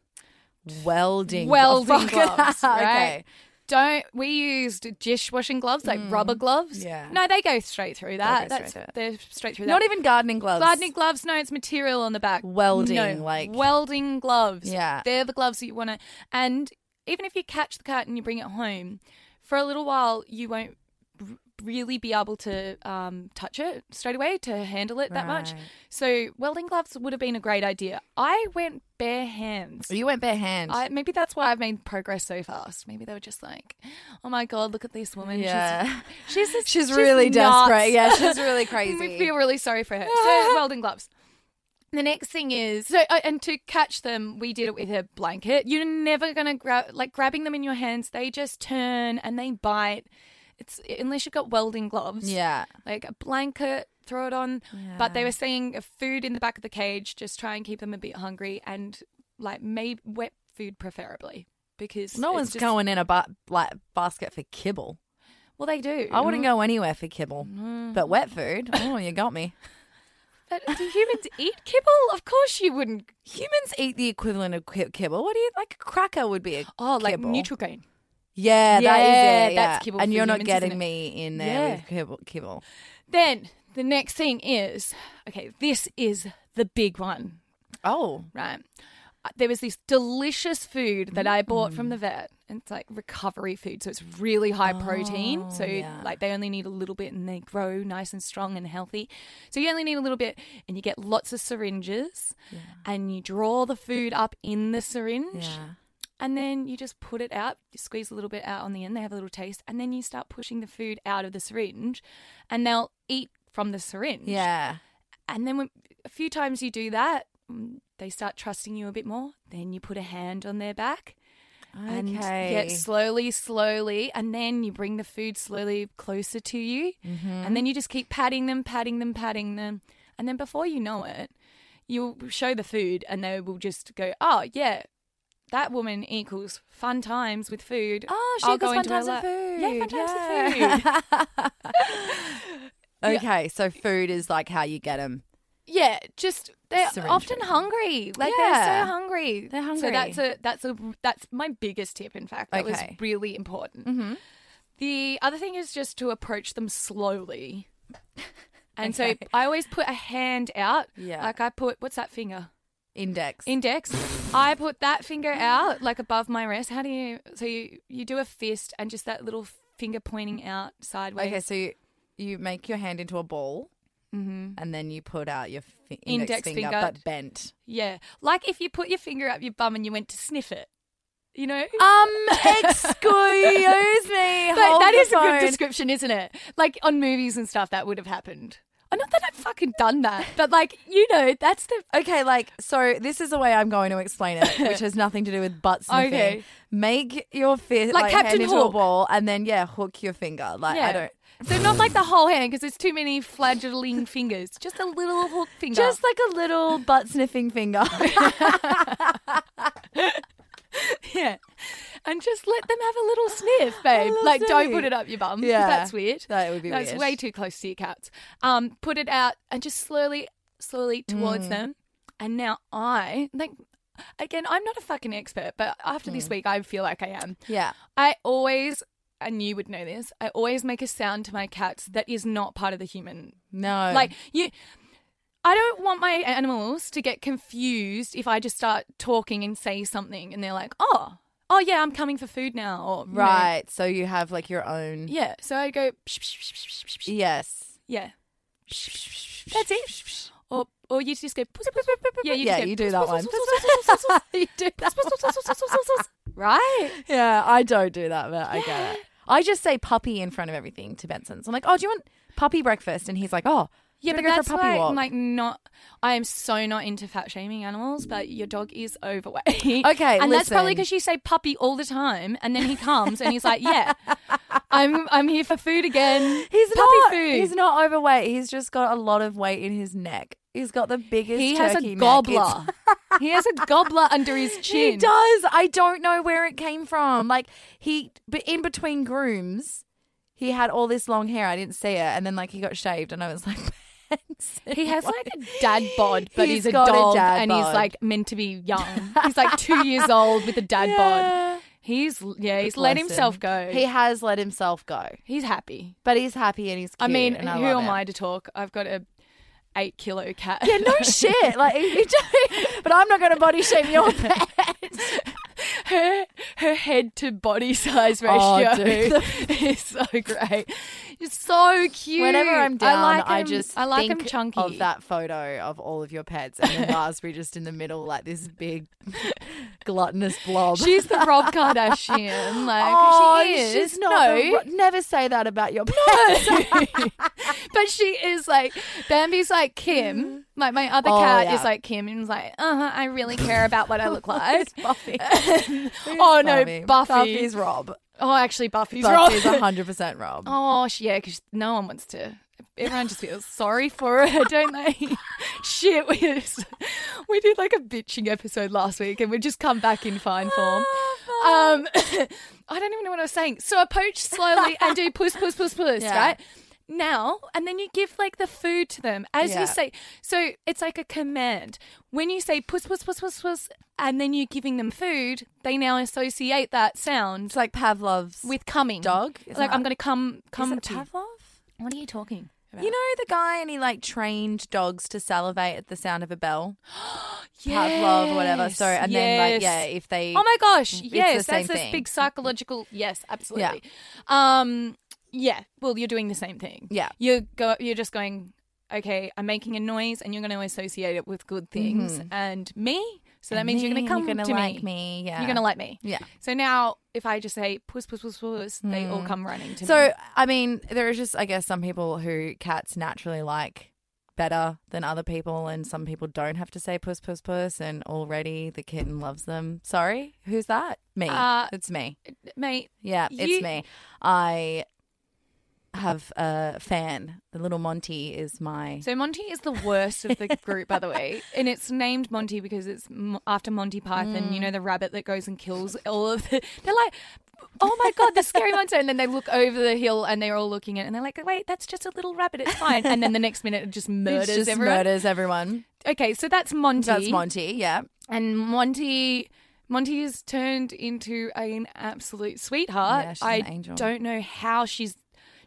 [SPEAKER 2] welding,
[SPEAKER 1] Welding
[SPEAKER 2] Fuck it.
[SPEAKER 1] gloves,
[SPEAKER 2] okay,
[SPEAKER 1] right? don't we used dishwashing gloves like rubber gloves
[SPEAKER 2] Mm. Yeah.
[SPEAKER 1] no they go straight through that
[SPEAKER 2] go straight
[SPEAKER 1] that's
[SPEAKER 2] through it.
[SPEAKER 1] they're straight through that
[SPEAKER 2] not even gardening gloves.
[SPEAKER 1] Gardening gloves, no, it's material on the back.
[SPEAKER 2] Welding,
[SPEAKER 1] No,
[SPEAKER 2] like-
[SPEAKER 1] welding gloves.
[SPEAKER 2] Yeah.
[SPEAKER 1] they're the gloves that you want to. And even if you catch the cat and you bring it home, for a little while you won't r- really be able to um, touch it straight away to handle it that much.
[SPEAKER 2] Right.
[SPEAKER 1] So welding gloves would have been a great idea. I went bare hands.
[SPEAKER 2] You went bare hand.
[SPEAKER 1] I, maybe that's why I've made progress so fast. Maybe they were just like, "Oh my god, look at this woman! She's
[SPEAKER 2] yeah,
[SPEAKER 1] She's just,
[SPEAKER 2] she's, really
[SPEAKER 1] nuts.
[SPEAKER 2] desperate. Yeah, she's really
[SPEAKER 1] We
[SPEAKER 2] crazy.
[SPEAKER 1] feel really sorry for her. So welding gloves. The next thing is so, uh, and to catch them, we did it with a blanket. You're never gonna grab like grabbing them in your hands. They just turn and they bite. It's unless you've got welding gloves.
[SPEAKER 2] Yeah,
[SPEAKER 1] like a blanket, throw it on. But they were saying uh, food in the back of the cage. Just try and keep them a bit hungry and like maybe wet food preferably because
[SPEAKER 2] no
[SPEAKER 1] it's
[SPEAKER 2] one's
[SPEAKER 1] just-
[SPEAKER 2] going in a ba- like basket for kibble.
[SPEAKER 1] Well, they do.
[SPEAKER 2] I wouldn't go anywhere for kibble, but wet food. Oh, you got me.
[SPEAKER 1] But do humans eat kibble? Of course you wouldn't.
[SPEAKER 2] Humans eat the equivalent of ki- kibble. What do you like? A cracker would be a
[SPEAKER 1] Oh, like
[SPEAKER 2] kibble.
[SPEAKER 1] neutral grain.
[SPEAKER 2] Yeah,
[SPEAKER 1] Yeah,
[SPEAKER 2] that is
[SPEAKER 1] that's
[SPEAKER 2] it. yeah.
[SPEAKER 1] kibble
[SPEAKER 2] and
[SPEAKER 1] for
[SPEAKER 2] you're not
[SPEAKER 1] humans, isn't
[SPEAKER 2] getting
[SPEAKER 1] it?
[SPEAKER 2] me in there
[SPEAKER 1] Yeah.
[SPEAKER 2] with kibble, kibble.
[SPEAKER 1] Then the next thing is okay, this is the big one,
[SPEAKER 2] Oh,
[SPEAKER 1] right? Uh, There was this delicious food that I bought from
[SPEAKER 2] Mm.
[SPEAKER 1] the vet. and It's like recovery food, so it's really high protein. So
[SPEAKER 2] Oh, yeah.
[SPEAKER 1] like they only need a little bit, and they grow nice and strong and healthy. So you only need a little bit, and you get lots of syringes, and you draw the food up in the syringe,
[SPEAKER 2] yeah.
[SPEAKER 1] and then you just put it out, you squeeze a little bit out on the end, they have a little taste, and then you start pushing the food out of the syringe and they'll eat from the syringe.
[SPEAKER 2] Yeah.
[SPEAKER 1] And then when, a few times you do that, mm, they start trusting you a bit more. Then you put a hand on their back and
[SPEAKER 2] Okay.
[SPEAKER 1] yet slowly, slowly, and then you bring the food slowly closer to you. And then you just keep patting them, patting them, patting them. And then before you know it, you'll show the food and they will just go, oh, yeah, that woman equals fun times with food.
[SPEAKER 2] Oh, she
[SPEAKER 1] I'll go
[SPEAKER 2] goes fun
[SPEAKER 1] into her
[SPEAKER 2] times with
[SPEAKER 1] li-
[SPEAKER 2] food.
[SPEAKER 1] Yeah, fun times with food.
[SPEAKER 2] food. okay, so food is like how you get them.
[SPEAKER 1] yeah, just they're
[SPEAKER 2] Syringe
[SPEAKER 1] often
[SPEAKER 2] food.
[SPEAKER 1] hungry. Like
[SPEAKER 2] Yeah.
[SPEAKER 1] they're so hungry.
[SPEAKER 2] They're
[SPEAKER 1] So
[SPEAKER 2] hungry.
[SPEAKER 1] that's a that's a that's my biggest tip. In fact, that
[SPEAKER 2] Okay. Mm-hmm.
[SPEAKER 1] was really important. The other thing is just to approach them slowly. And so
[SPEAKER 2] Okay.
[SPEAKER 1] I always put a hand out.
[SPEAKER 2] Yeah.
[SPEAKER 1] Like I put what's that finger?
[SPEAKER 2] Index.
[SPEAKER 1] Index. I put that finger out like above my wrist. How do you so you you do a fist and just that little finger pointing out sideways.
[SPEAKER 2] okay, so you, you make your hand into a ball and then you put out your fi- index,
[SPEAKER 1] Mm-hmm. Index
[SPEAKER 2] finger,
[SPEAKER 1] finger.
[SPEAKER 2] but bent.
[SPEAKER 1] Yeah. Like if you put your finger up your bum and you went to sniff it. You know?
[SPEAKER 2] Um, excuse me.
[SPEAKER 1] But
[SPEAKER 2] hold
[SPEAKER 1] that
[SPEAKER 2] the
[SPEAKER 1] is a
[SPEAKER 2] phone.
[SPEAKER 1] good description, isn't it? Like on movies and stuff, that would have happened. Well, not that I've fucking done that, but like, you know, that's the.
[SPEAKER 2] Okay, like so this is the way I'm going to explain it, which has nothing to do with butt sniffing.
[SPEAKER 1] Okay.
[SPEAKER 2] Make your fist
[SPEAKER 1] Like
[SPEAKER 2] like,
[SPEAKER 1] Captain
[SPEAKER 2] hand into a
[SPEAKER 1] Hook.
[SPEAKER 2] ball and then yeah, hook your finger. Like
[SPEAKER 1] Yeah.
[SPEAKER 2] I don't
[SPEAKER 1] So, not like the whole hand because there's too many flagellating fingers, just a little hook finger.
[SPEAKER 2] just like a little butt sniffing finger.
[SPEAKER 1] yeah. And just let them have a little sniff, babe.
[SPEAKER 2] little
[SPEAKER 1] Like, don't
[SPEAKER 2] sniffy.
[SPEAKER 1] put it up your bum. 'cause
[SPEAKER 2] Yeah.
[SPEAKER 1] That's weird.
[SPEAKER 2] that would be
[SPEAKER 1] That's
[SPEAKER 2] weird.
[SPEAKER 1] way too close to your cats. Um, put it out and just slowly, slowly towards them. And now I, like, again, I'm not a fucking expert, but after this week, I feel like I am.
[SPEAKER 2] Yeah.
[SPEAKER 1] I always, and you would know this, I always make a sound to my cats that is not part of the human.
[SPEAKER 2] No.
[SPEAKER 1] Like, you. I don't want my animals to get confused if I just start talking and say something and they're like, oh, oh yeah, I'm coming for food now. Or, you know,
[SPEAKER 2] Right. So you have like your own
[SPEAKER 1] yeah. So I go, "Psh, psh, psh, psh, psh, psh."
[SPEAKER 2] Yes.
[SPEAKER 1] yeah. That's it. Or, or you just go. "Puss, puss, puss, puss, puss." Yeah, you,
[SPEAKER 2] Yeah,
[SPEAKER 1] just go,
[SPEAKER 2] you do
[SPEAKER 1] "Puss,
[SPEAKER 2] that
[SPEAKER 1] puss,
[SPEAKER 2] one.
[SPEAKER 1] puss, puss, puss, puss, puss,
[SPEAKER 2] you do
[SPEAKER 1] puss, puss, puss, puss, puss, puss, puss, puss." Right?
[SPEAKER 2] Yeah, I don't do that, but I get it. I just say puppy in front of everything to Benson. So I'm like, oh, do you want puppy breakfast? And he's like, oh,
[SPEAKER 1] Yeah,
[SPEAKER 2] do
[SPEAKER 1] but
[SPEAKER 2] you wanna go
[SPEAKER 1] that's
[SPEAKER 2] for a puppy
[SPEAKER 1] why
[SPEAKER 2] walk.
[SPEAKER 1] I'm like not. I am so not into fat shaming animals, but your dog is overweight.
[SPEAKER 2] Okay,
[SPEAKER 1] and that's probably
[SPEAKER 2] listen.
[SPEAKER 1] because you say puppy all the time, and then he comes and he's like, "Yeah, I'm I'm here for food again.
[SPEAKER 2] He's
[SPEAKER 1] puppy
[SPEAKER 2] not.
[SPEAKER 1] food.
[SPEAKER 2] He's not overweight. He's just got a lot of weight in his neck. He's got the biggest.
[SPEAKER 1] he has
[SPEAKER 2] turkey
[SPEAKER 1] a
[SPEAKER 2] neck.
[SPEAKER 1] gobbler.
[SPEAKER 2] It's-
[SPEAKER 1] he has a gobbler under his chin.
[SPEAKER 2] He does. I don't know where it came from. Like he, but in between grooms, he had all this long hair. I didn't see it, and then like he got shaved, and I was like, Benson,
[SPEAKER 1] He has
[SPEAKER 2] what-
[SPEAKER 1] like a dad bod, but he's,
[SPEAKER 2] He's
[SPEAKER 1] a
[SPEAKER 2] got a
[SPEAKER 1] dog
[SPEAKER 2] dad
[SPEAKER 1] and he's
[SPEAKER 2] bod.
[SPEAKER 1] like meant to be young. He's like two years old with a dad bod.
[SPEAKER 2] Yeah.
[SPEAKER 1] He's yeah, he's let
[SPEAKER 2] Bless
[SPEAKER 1] himself
[SPEAKER 2] him.
[SPEAKER 1] go.
[SPEAKER 2] He has let himself go,
[SPEAKER 1] he's happy.
[SPEAKER 2] but he's happy and he's. Cute
[SPEAKER 1] I mean,
[SPEAKER 2] and
[SPEAKER 1] who
[SPEAKER 2] love
[SPEAKER 1] am
[SPEAKER 2] it.
[SPEAKER 1] I to talk? I've got a eight kilo cat.
[SPEAKER 2] Yeah, no shit. Like, you don't- but I'm not going to body shame your pet.
[SPEAKER 1] her her head to body size ratio
[SPEAKER 2] Oh, dude.
[SPEAKER 1] is so great. It's so cute.
[SPEAKER 2] Whenever I'm down, I,
[SPEAKER 1] like him-
[SPEAKER 2] just
[SPEAKER 1] I like
[SPEAKER 2] think
[SPEAKER 1] him chunky.
[SPEAKER 2] of that photo of all of your pets and then Raspberry just in the middle, like this big gluttonous blob.
[SPEAKER 1] She's the Rob Kardashian. Like
[SPEAKER 2] oh,
[SPEAKER 1] she is.
[SPEAKER 2] she's not.
[SPEAKER 1] no,
[SPEAKER 2] the- never say that about your pet.
[SPEAKER 1] but she is like Bambi's like Kim. Like my other
[SPEAKER 2] Oh,
[SPEAKER 1] cat
[SPEAKER 2] yeah.
[SPEAKER 1] is like Kim and is like, uh huh, I really care about what I look like.
[SPEAKER 2] Buffy.
[SPEAKER 1] oh no, Buffy.
[SPEAKER 2] Buffy's Rob.
[SPEAKER 1] oh, actually Buffy's,
[SPEAKER 2] Buffy's
[SPEAKER 1] wrong.
[SPEAKER 2] 100% Rob.
[SPEAKER 1] oh sh- yeah, because no one wants to. Everyone just feels sorry for her, don't they? Shit, we just, we did like a bitching episode last week, and we've just come back in fine form.
[SPEAKER 2] Oh, Ah.
[SPEAKER 1] Um, I don't even know what I was saying. So approach slowly and do puss, puss, puss, puss,
[SPEAKER 2] Yeah.
[SPEAKER 1] right? Now, and then you give like the food to them as
[SPEAKER 2] Yeah.
[SPEAKER 1] you say. So it's like a command. When you say puss, puss, puss, puss, puss, and then you're giving them food, they now associate that sound
[SPEAKER 2] It's like Pavlov's
[SPEAKER 1] with coming.
[SPEAKER 2] dog. Is
[SPEAKER 1] like,
[SPEAKER 2] that-
[SPEAKER 1] I'm going to come,
[SPEAKER 2] Is
[SPEAKER 1] come
[SPEAKER 2] it
[SPEAKER 1] to you.
[SPEAKER 2] Pavlov?
[SPEAKER 1] What are you talking about?
[SPEAKER 2] You know the guy and he like trained dogs to salivate at the sound of a bell? Pavlov or whatever. So and then like yeah,
[SPEAKER 1] yes.
[SPEAKER 2] if they
[SPEAKER 1] Oh my gosh.
[SPEAKER 2] It's the
[SPEAKER 1] yes,
[SPEAKER 2] same
[SPEAKER 1] that's this
[SPEAKER 2] thing.
[SPEAKER 1] big psychological. Yes, absolutely. Um yeah, well you're doing the same thing.
[SPEAKER 2] Yeah.
[SPEAKER 1] You're go you're just going okay, I'm making a noise and you're going to associate it with good things and me. So that means you're going to come
[SPEAKER 2] you're gonna
[SPEAKER 1] to
[SPEAKER 2] like
[SPEAKER 1] me.
[SPEAKER 2] Mm-hmm. me. Yeah.
[SPEAKER 1] You're going to like me.
[SPEAKER 2] Yeah.
[SPEAKER 1] So now if I just say puss puss puss puss, they all come running to me.
[SPEAKER 2] Mm. So I mean, there is just I guess some people who cats naturally like better than other people and some people don't have to say puss puss puss and already the kitten loves them. Sorry, who's that? Me.
[SPEAKER 1] Uh,
[SPEAKER 2] it's me.
[SPEAKER 1] So mate,
[SPEAKER 2] Yeah,
[SPEAKER 1] you-
[SPEAKER 2] it's me. I have a fan. The little Monty is my
[SPEAKER 1] So Monty is the worst of the group, by the way, and it's named Monty because it's m- after Monty Python.
[SPEAKER 2] Mm.
[SPEAKER 1] You know the rabbit that goes and kills all of the. They're like, oh my god, the scary monster! And then they look over the hill and they're all looking at, it and they're like, wait, that's just a little rabbit. It's fine. And then the next minute, it just murders
[SPEAKER 2] It's just
[SPEAKER 1] everyone.
[SPEAKER 2] murders everyone.
[SPEAKER 1] Okay, so that's Monty.
[SPEAKER 2] That's Monty. Yeah.
[SPEAKER 1] And Monty. Monty has turned into an absolute sweetheart.
[SPEAKER 2] Yeah, she's
[SPEAKER 1] I
[SPEAKER 2] an angel.
[SPEAKER 1] don't know how she's.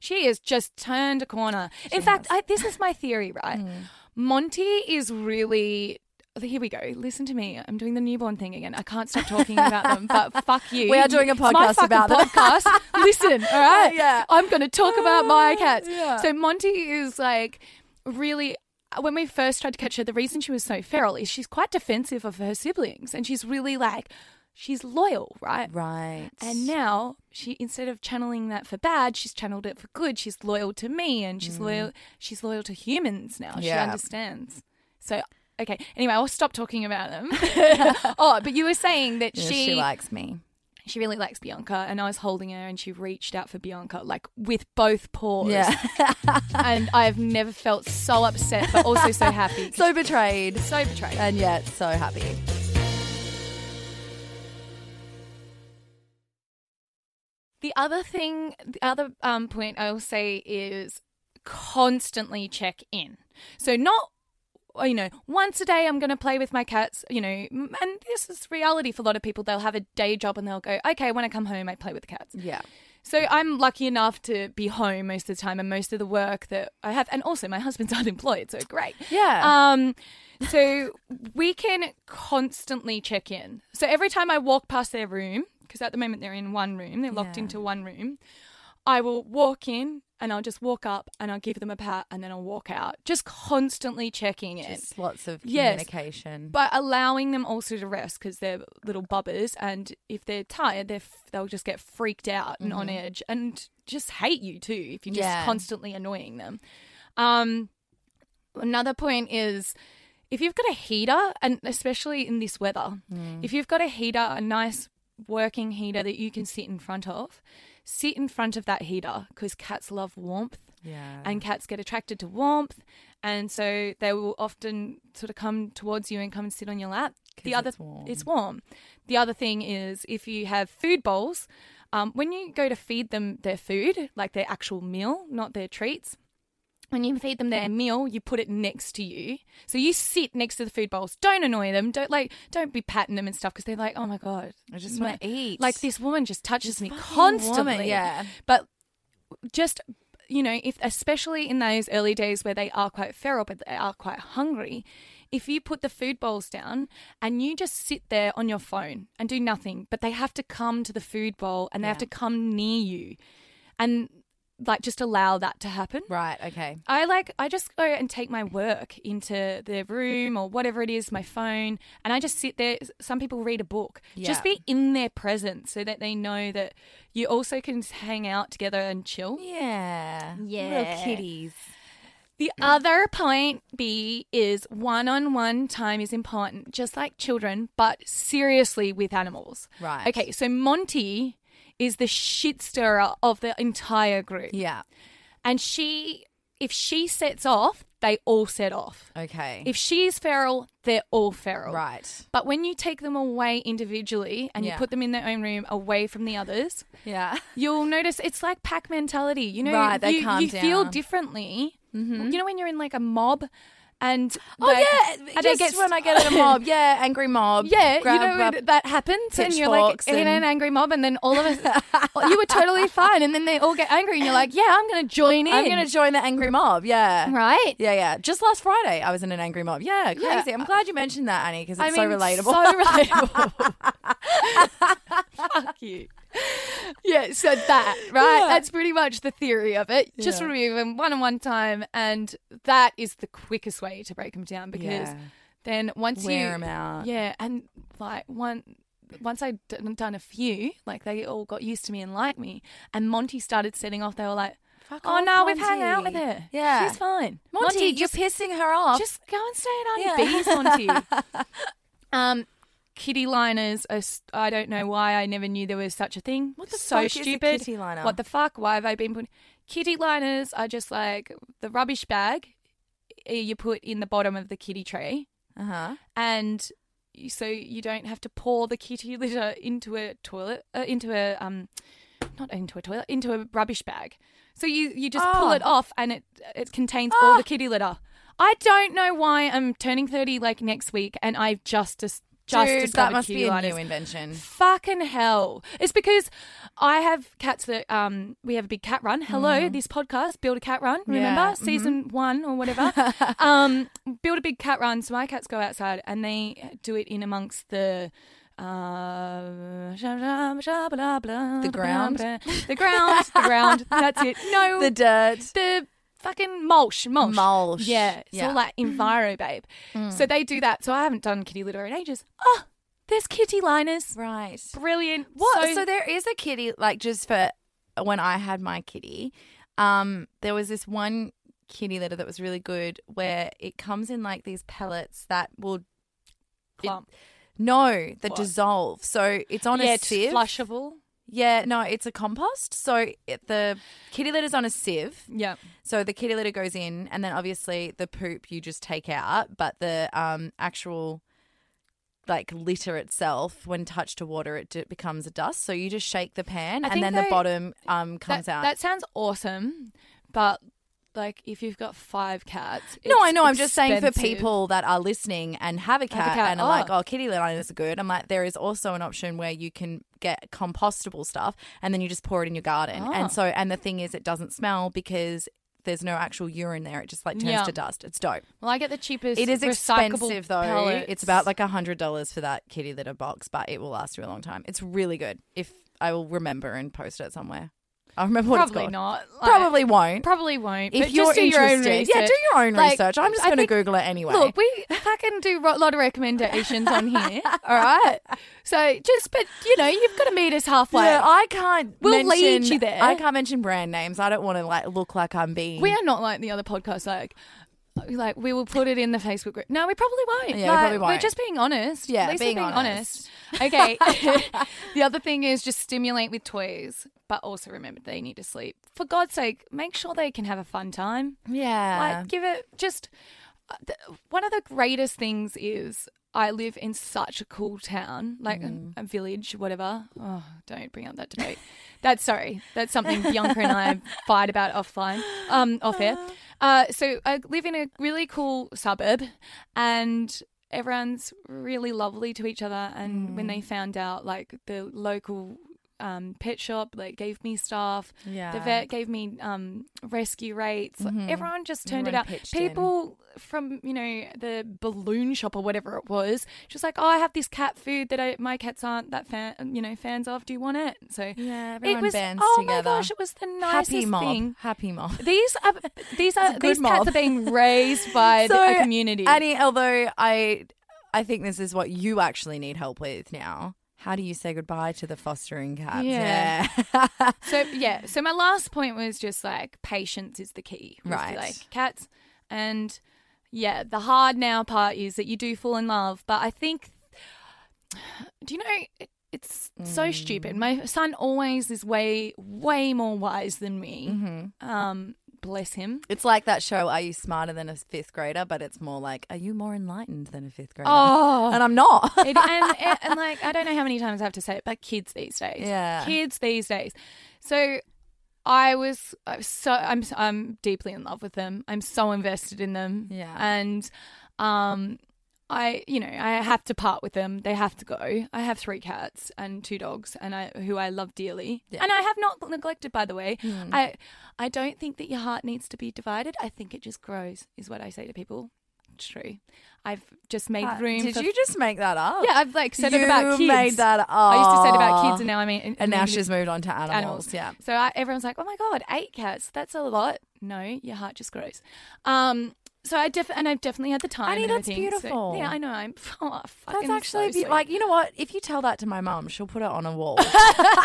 [SPEAKER 1] She has just turned a corner. In fact, I, this is my theory, right?
[SPEAKER 2] Hmm.
[SPEAKER 1] Monty is really. Here we go. Listen to me. I'm doing the newborn thing again. I can't stop talking about them, but fuck you.
[SPEAKER 2] We are doing a
[SPEAKER 1] It's my
[SPEAKER 2] podcast
[SPEAKER 1] fucking
[SPEAKER 2] about them.
[SPEAKER 1] podcast. Listen, all right?
[SPEAKER 2] Yeah.
[SPEAKER 1] I'm going to talk about my cats.
[SPEAKER 2] Yeah.
[SPEAKER 1] So Monty is like really. uh, When we first tried to catch her, the reason she was so feral is she's quite defensive of her siblings, and she's really like. she's loyal, right?
[SPEAKER 2] Right.
[SPEAKER 1] And now she instead of channeling that for bad, she's channeled it for good. She's loyal to me and she's loyal she's loyal to humans now. She
[SPEAKER 2] Mm. Yeah.
[SPEAKER 1] understands. So okay. Anyway, I'll stop talking about them. oh, but you were saying that
[SPEAKER 2] Yeah,
[SPEAKER 1] she
[SPEAKER 2] she likes me.
[SPEAKER 1] she really likes Bianca and I was holding her and she reached out for Bianca like with both paws. and I've never felt so upset but also so happy.
[SPEAKER 2] so betrayed
[SPEAKER 1] so betrayed.
[SPEAKER 2] and yet so happy.
[SPEAKER 1] The other thing, the other um, point I will say is constantly check in. So not you know once a day i'm going to play with my cats you know m- and this is reality for a lot of people they'll have a day job and they'll go okay when i come home i play with the cats
[SPEAKER 2] Yeah.
[SPEAKER 1] so i'm lucky enough to be home most of the time and most of the work that i have and also my husband's unemployed so great
[SPEAKER 2] Yeah.
[SPEAKER 1] um, so we can constantly check in. So every time I walk past their room, because at the moment they're in one room, they're locked
[SPEAKER 2] Yeah.
[SPEAKER 1] into one room, I will walk in and I'll just walk up and I'll give them a pat and then I'll walk out. Just constantly checking in.
[SPEAKER 2] Just lots of
[SPEAKER 1] Yes.
[SPEAKER 2] communication.
[SPEAKER 1] but allowing them also to rest because they're little bubbers, and if they're tired, they're f- they'll just get freaked out and on edge, and just hate you too if you're just
[SPEAKER 2] Yeah.
[SPEAKER 1] constantly annoying them. Um, another point is if you've got a heater, and especially in this weather, if you've got a heater, a nice working heater that you can sit in front of, sit in front of that heater because cats love warmth
[SPEAKER 2] yeah.
[SPEAKER 1] and cats get attracted to warmth and so they will often sort of come towards you and come and sit on your lap
[SPEAKER 2] 'Cause
[SPEAKER 1] the other
[SPEAKER 2] it's warm.
[SPEAKER 1] it's warm the other thing is if you have food bowls um, when you go to feed them their food like their actual meal not their treats when you feed them their meal you put it next to you so you sit next to the food bowls don't annoy them don't like don't be patting them and stuff because they're like oh my god
[SPEAKER 2] I just want
[SPEAKER 1] my-
[SPEAKER 2] to eat.
[SPEAKER 1] like this woman just touches me
[SPEAKER 2] fucking
[SPEAKER 1] constantly
[SPEAKER 2] woman, yeah.
[SPEAKER 1] but just you know if especially in those early days where they are quite feral but they are quite hungry if you put the food bowls down and you just sit there on your phone and do nothing but they have to come to the food bowl and they have
[SPEAKER 2] Yeah.
[SPEAKER 1] to come near you and like just allow that to happen
[SPEAKER 2] Right. Okay.
[SPEAKER 1] I like I just go and take my work into their room or whatever it is, my phone, and I just sit there. Some people read a book. Just
[SPEAKER 2] Yeah.
[SPEAKER 1] be in their presence so that they know that you also can hang out together and chill.
[SPEAKER 2] Yeah.
[SPEAKER 1] Yeah.
[SPEAKER 2] Little kitties.
[SPEAKER 1] The other point B is one-on-one time is important, just like children, but seriously with animals.
[SPEAKER 2] Right.
[SPEAKER 1] Okay, so Monty is the shit stirrer of the entire group.
[SPEAKER 2] Yeah.
[SPEAKER 1] And she if she sets off, they all set off.
[SPEAKER 2] Okay.
[SPEAKER 1] If she's feral, they're all feral.
[SPEAKER 2] right.
[SPEAKER 1] But when you take them away individually and you
[SPEAKER 2] Yeah.
[SPEAKER 1] put them in their own room away from the others,
[SPEAKER 2] Yeah.
[SPEAKER 1] you'll notice it's like pack mentality. You know,
[SPEAKER 2] Right, they
[SPEAKER 1] you,
[SPEAKER 2] calm
[SPEAKER 1] you feel
[SPEAKER 2] down. Mm-hmm.
[SPEAKER 1] differently. You know when you're in like a mob and
[SPEAKER 2] Oh
[SPEAKER 1] like-
[SPEAKER 2] yeah.
[SPEAKER 1] and
[SPEAKER 2] just
[SPEAKER 1] it gets
[SPEAKER 2] when I get in a mob, yeah, angry mob.
[SPEAKER 1] yeah,
[SPEAKER 2] Grab
[SPEAKER 1] you know
[SPEAKER 2] up-
[SPEAKER 1] when that happens, and you're like
[SPEAKER 2] pitchforks
[SPEAKER 1] in an
[SPEAKER 2] and-
[SPEAKER 1] angry mob, and then all of us, you were totally fine, and then they all get angry, and you're like, yeah, I'm gonna join in,
[SPEAKER 2] I'm gonna join the angry mob. Yeah.
[SPEAKER 1] right?
[SPEAKER 2] Yeah, yeah. Just last Friday, I was in an angry mob. Yeah, crazy. I'm glad you mentioned that, Annie, because it's so relatable.
[SPEAKER 1] So relatable. Fuck you. Yeah, so that, right?
[SPEAKER 2] Yeah.
[SPEAKER 1] That's pretty much the theory of it. Just
[SPEAKER 2] Yeah.
[SPEAKER 1] remove them one on one time, and that is the quickest way to break them down because
[SPEAKER 2] yeah.
[SPEAKER 1] then once you.
[SPEAKER 2] wear them out.
[SPEAKER 1] Yeah, and like one. Once I'd d- done a few, like they all got used to me and liked me, and Monty started setting off. They were like,
[SPEAKER 2] Fuck
[SPEAKER 1] "Oh
[SPEAKER 2] off,
[SPEAKER 1] no, we've hung out with
[SPEAKER 2] Monty.
[SPEAKER 1] her.
[SPEAKER 2] Yeah.
[SPEAKER 1] she's fine.
[SPEAKER 2] Monty, you're
[SPEAKER 1] just
[SPEAKER 2] pissing her off.
[SPEAKER 1] just go and stay
[SPEAKER 2] Yeah.
[SPEAKER 1] at Auntie B's, Monty. um, kitty liners. Are, s- I don't know why I never knew there was such a thing.
[SPEAKER 2] What the
[SPEAKER 1] so
[SPEAKER 2] fuck is a
[SPEAKER 1] stupid?
[SPEAKER 2] kitty liner?
[SPEAKER 1] What the fuck? Why have I been put? Kitty liners are just like the rubbish bag i- you put in the bottom of the kitty tray,
[SPEAKER 2] uh huh.
[SPEAKER 1] and you- so you don't have to pour the kitty litter into a toilet, uh, into a um, not into a toilet, into a rubbish bag. So you you just pull
[SPEAKER 2] Oh.
[SPEAKER 1] it off, and it it contains all
[SPEAKER 2] Ah.
[SPEAKER 1] the kitty litter. I don't know why I'm turning thirty like next week, and I've just dis- just
[SPEAKER 2] Dude,
[SPEAKER 1] discovered
[SPEAKER 2] that must
[SPEAKER 1] kitty
[SPEAKER 2] be a
[SPEAKER 1] liners.
[SPEAKER 2] new invention.
[SPEAKER 1] Fucking hell! It's because I have cats that um we have a big cat run. Hello, this podcast build a cat run. Remember
[SPEAKER 2] Hmm. Yeah, mm-hmm.
[SPEAKER 1] season one or whatever. um, build a big cat run. So my cats go outside and they do it in amongst the. Uh, the
[SPEAKER 2] ground?
[SPEAKER 1] the ground, the ground. That's it. No,
[SPEAKER 2] The dirt.
[SPEAKER 1] the fucking mulch, mulch,
[SPEAKER 2] Mulch.
[SPEAKER 1] Yeah, it's
[SPEAKER 2] Yeah. Mm.
[SPEAKER 1] all like enviro, babe. So they do that. So I haven't done kitty litter in ages. Oh, There's kitty liners.
[SPEAKER 2] Right.
[SPEAKER 1] Brilliant.
[SPEAKER 2] What?
[SPEAKER 1] So,
[SPEAKER 2] So, there is a kitty, like just for when I had my kitty, um, there was this one kitty litter that was really good where it comes in like these pellets that will
[SPEAKER 1] plump.
[SPEAKER 2] no that
[SPEAKER 1] What?
[SPEAKER 2] dissolve. So it's on
[SPEAKER 1] yeah,
[SPEAKER 2] a
[SPEAKER 1] it's
[SPEAKER 2] sieve.
[SPEAKER 1] flushable.
[SPEAKER 2] Yeah, no, it's a compost. So it, the kitty litter's on a sieve.
[SPEAKER 1] Yeah.
[SPEAKER 2] So the kitty litter goes in, and then obviously the poop you just take out, but the um, actual like litter itself, when touched to water, it d- becomes a dust. So you just shake the pan,
[SPEAKER 1] I
[SPEAKER 2] and
[SPEAKER 1] think
[SPEAKER 2] then
[SPEAKER 1] they-
[SPEAKER 2] the bottom um, comes
[SPEAKER 1] that,
[SPEAKER 2] out.
[SPEAKER 1] That sounds awesome, but like if you've got five cats,
[SPEAKER 2] no, I
[SPEAKER 1] it's
[SPEAKER 2] know. I'm just saying for
[SPEAKER 1] expensive.
[SPEAKER 2] people that are listening and have a cat,
[SPEAKER 1] cat,
[SPEAKER 2] and are
[SPEAKER 1] oh.
[SPEAKER 2] like, oh, kitty litter is good. I'm like, there is also an option where you can get compostable stuff, and then you just pour it in your garden.
[SPEAKER 1] Ah.
[SPEAKER 2] And so, and the thing is, it doesn't smell because. There's no actual urine there. It just like turns
[SPEAKER 1] Yeah.
[SPEAKER 2] to dust. It's dope.
[SPEAKER 1] Well, I get the cheapest.
[SPEAKER 2] It is
[SPEAKER 1] recyclable
[SPEAKER 2] expensive though.
[SPEAKER 1] pellets.
[SPEAKER 2] It's about like a hundred dollars for that kitty litter box, but it will last you a long time. It's really good. If I will remember and post it somewhere, I'll remember what it's
[SPEAKER 1] probably
[SPEAKER 2] called.
[SPEAKER 1] not. like-
[SPEAKER 2] Probably won't.
[SPEAKER 1] Probably won't.
[SPEAKER 2] if
[SPEAKER 1] but
[SPEAKER 2] you're
[SPEAKER 1] just do your own
[SPEAKER 2] interested,
[SPEAKER 1] research.
[SPEAKER 2] yeah, do your own
[SPEAKER 1] Like,
[SPEAKER 2] research. I'm just
[SPEAKER 1] I
[SPEAKER 2] going to
[SPEAKER 1] think-
[SPEAKER 2] Google it anyway.
[SPEAKER 1] Look, we fucking do a lot of recommendations on here. all right. So just, but you know, you've got to meet us halfway.
[SPEAKER 2] yeah, I can't.
[SPEAKER 1] We'll lead
[SPEAKER 2] mention-
[SPEAKER 1] you there.
[SPEAKER 2] I can't mention brand names. I don't want to like look like I'm being.
[SPEAKER 1] we are not like the other podcasts. Like, like we will put it in the Facebook group. No, we probably won't.
[SPEAKER 2] Yeah, we
[SPEAKER 1] Like,
[SPEAKER 2] probably
[SPEAKER 1] We're
[SPEAKER 2] won't.
[SPEAKER 1] just being honest.
[SPEAKER 2] Yeah,
[SPEAKER 1] At least we're
[SPEAKER 2] being
[SPEAKER 1] honest. Okay. the other thing is just stimulate with toys, but also remember they need to sleep. For God's sake, make sure they can have a fun time.
[SPEAKER 2] yeah.
[SPEAKER 1] Like, give it just uh, th- one of the greatest things is I live in such a cool town, like um, a, village, whatever. Oh, don't bring up that debate. That's sorry. That's something Bianca and I fight about offline, um, off air. Uh, so I live in a really cool suburb, and everyone's really lovely to each other. And when they found out, like the local um, pet shop, like gave me stuff.
[SPEAKER 2] yeah.
[SPEAKER 1] The vet gave me um, rescue rates. Like, Everyone just turned
[SPEAKER 2] Everyone
[SPEAKER 1] it out.
[SPEAKER 2] pitched in.
[SPEAKER 1] People from you know the balloon shop or whatever it was, just like, oh, I have this cat food that I, my cats aren't that fan, you know, fans of. Do you want it? So
[SPEAKER 2] Yeah.
[SPEAKER 1] it
[SPEAKER 2] Everyone
[SPEAKER 1] was.
[SPEAKER 2] bands
[SPEAKER 1] oh
[SPEAKER 2] together.
[SPEAKER 1] my gosh, it was the nicest
[SPEAKER 2] Happy mob.
[SPEAKER 1] thing.
[SPEAKER 2] Happy mob.
[SPEAKER 1] These are these
[SPEAKER 2] a
[SPEAKER 1] are
[SPEAKER 2] good
[SPEAKER 1] these
[SPEAKER 2] mob.
[SPEAKER 1] cats are being raised by the,
[SPEAKER 2] So,
[SPEAKER 1] a community.
[SPEAKER 2] Annie, although I I think this is what you actually need help with now. How do you say goodbye to the fostering cats?
[SPEAKER 1] Yeah.
[SPEAKER 2] Yeah.
[SPEAKER 1] so yeah, so my last point was just like patience is the key, with,
[SPEAKER 2] Right.
[SPEAKER 1] Like cats, and yeah, the hard now part is that you do fall in love, but I think, do you know? it- It's
[SPEAKER 2] Mm.
[SPEAKER 1] so stupid. My son always is way, way more wise than me.
[SPEAKER 2] Mm-hmm.
[SPEAKER 1] Um, bless him.
[SPEAKER 2] it's like that show, Are You Smarter Than a Fifth Grader? But it's more like, Are you more enlightened than a fifth grader?
[SPEAKER 1] Oh,
[SPEAKER 2] And I'm not.
[SPEAKER 1] it, and, and, and like I don't know how many times I have to say it, but kids these days,
[SPEAKER 2] Yeah.
[SPEAKER 1] kids these days. So I was I was so I'm I'm deeply in love with them. I'm so invested in them.
[SPEAKER 2] Yeah.
[SPEAKER 1] and um. I, you know, I have to part with them. They have to go. I have three cats and two dogs, and I who I love dearly,
[SPEAKER 2] Yeah. Hmm.
[SPEAKER 1] and I have not neglected. By the way, I, I don't think that your heart needs to be divided. I think it just grows, is what I say to people. It's true. I've just made room.
[SPEAKER 2] Uh, Did
[SPEAKER 1] for
[SPEAKER 2] you just make that up?
[SPEAKER 1] yeah, I've like said
[SPEAKER 2] you
[SPEAKER 1] it about kids.
[SPEAKER 2] made that up.
[SPEAKER 1] I used to say it about kids, and now I mean,
[SPEAKER 2] And now
[SPEAKER 1] mean
[SPEAKER 2] she's moved on to animals.
[SPEAKER 1] animals.
[SPEAKER 2] Yeah.
[SPEAKER 1] So I, everyone's like, "Oh my god, eight cats? That's a lot." No, your heart just grows. Um. So I def and I've definitely had the time.
[SPEAKER 2] Annie,
[SPEAKER 1] and
[SPEAKER 2] that's
[SPEAKER 1] everything. So-
[SPEAKER 2] beautiful.
[SPEAKER 1] yeah, I know. I'm. Oh, fucking
[SPEAKER 2] That's
[SPEAKER 1] so
[SPEAKER 2] actually be-
[SPEAKER 1] sweet.
[SPEAKER 2] like you know what? If you tell that to my mum, she'll put it on a wall.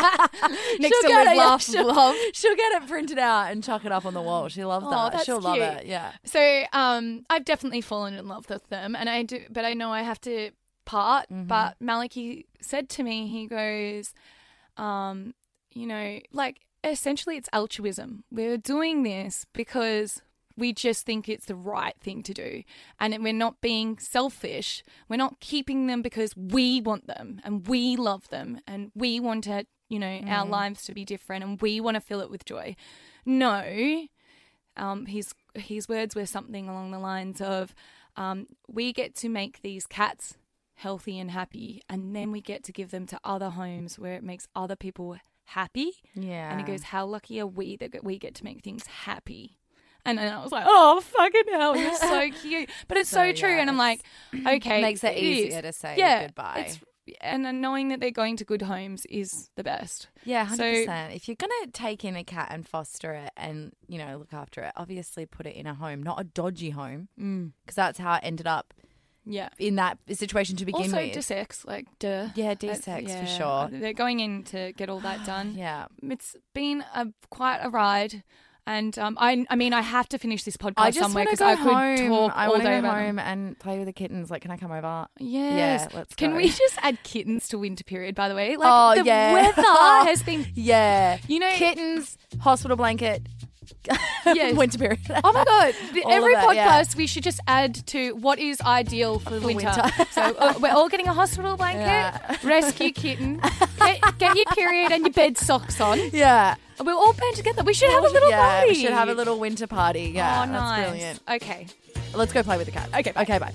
[SPEAKER 1] next to
[SPEAKER 2] she'll get
[SPEAKER 1] live,
[SPEAKER 2] it, yeah,
[SPEAKER 1] laugh,
[SPEAKER 2] she'll-
[SPEAKER 1] love.
[SPEAKER 2] She'll get it printed out and chuck it up on the wall. She loves
[SPEAKER 1] Oh,
[SPEAKER 2] that.
[SPEAKER 1] that's
[SPEAKER 2] She'll love
[SPEAKER 1] cute.
[SPEAKER 2] it. Yeah.
[SPEAKER 1] So um, I've definitely fallen in love with them, and I do, but I know I have to part. But Maliki said to me, he goes, um, you know, like essentially it's altruism. We're doing this because we just think it's the right thing to do, and we're not being selfish. We're not keeping them because we want them and we love them and we want to, you know, our lives to be different and we want to fill it with joy. No, um, his his words were something along the lines of, um, "We get to make these cats healthy and happy, and then we get to give them to other homes where it makes other people happy."
[SPEAKER 2] Yeah.
[SPEAKER 1] And he goes, "How lucky are we that we get to make things happy?" And, and I was like, "Oh fucking hell, you're so cute!" But it's so,
[SPEAKER 2] So,
[SPEAKER 1] true,
[SPEAKER 2] yeah,
[SPEAKER 1] and I'm like, "Okay,
[SPEAKER 2] makes it
[SPEAKER 1] is.
[SPEAKER 2] easier to say
[SPEAKER 1] yeah,
[SPEAKER 2] goodbye.
[SPEAKER 1] It's, and then knowing that they're going to good homes is the best.
[SPEAKER 2] Yeah,
[SPEAKER 1] So-
[SPEAKER 2] hundred percent. If you're gonna take in a cat and foster it, and you Mm. know look after it, obviously put it in a home, not a dodgy home, because that's how it ended up
[SPEAKER 1] Yeah.
[SPEAKER 2] in that situation to begin
[SPEAKER 1] Also,
[SPEAKER 2] with.
[SPEAKER 1] desex, like, duh.
[SPEAKER 2] yeah,
[SPEAKER 1] That's-
[SPEAKER 2] D-sex for
[SPEAKER 1] yeah,
[SPEAKER 2] sure.
[SPEAKER 1] They're going in to get all that done.
[SPEAKER 2] Yeah.
[SPEAKER 1] It's been a quite a ride, and um, I I mean I have to finish this podcast
[SPEAKER 2] I just
[SPEAKER 1] somewhere
[SPEAKER 2] want to
[SPEAKER 1] because
[SPEAKER 2] go
[SPEAKER 1] I could
[SPEAKER 2] home.
[SPEAKER 1] talk
[SPEAKER 2] I
[SPEAKER 1] all
[SPEAKER 2] want to
[SPEAKER 1] day
[SPEAKER 2] go
[SPEAKER 1] about them.
[SPEAKER 2] home and play with the kittens. Like, can I come over?
[SPEAKER 1] Yes.
[SPEAKER 2] Yeah, let's
[SPEAKER 1] Can
[SPEAKER 2] go.
[SPEAKER 1] we just add kittens to winter period? By the way, like
[SPEAKER 2] Oh,
[SPEAKER 1] the
[SPEAKER 2] yeah.
[SPEAKER 1] weather has been.
[SPEAKER 2] Yeah.
[SPEAKER 1] You know,
[SPEAKER 2] Kittens, hospital blanket,
[SPEAKER 1] Yes.
[SPEAKER 2] winter period.
[SPEAKER 1] Oh my god!
[SPEAKER 2] All of
[SPEAKER 1] Every
[SPEAKER 2] that, yeah.
[SPEAKER 1] podcast we should just add to what is ideal for, winter.
[SPEAKER 2] winter.
[SPEAKER 1] so uh, we're all getting a hospital blanket,
[SPEAKER 2] Yeah.
[SPEAKER 1] rescue kitten, get, get your period and your bed socks on.
[SPEAKER 2] Yeah.
[SPEAKER 1] We're all band together. We should have a little
[SPEAKER 2] yeah,
[SPEAKER 1] party.
[SPEAKER 2] We should have a little winter party. Yeah.
[SPEAKER 1] oh, nice.
[SPEAKER 2] That's brilliant.
[SPEAKER 1] Okay.
[SPEAKER 2] Let's go play with the cat. Okay. Okay, bye.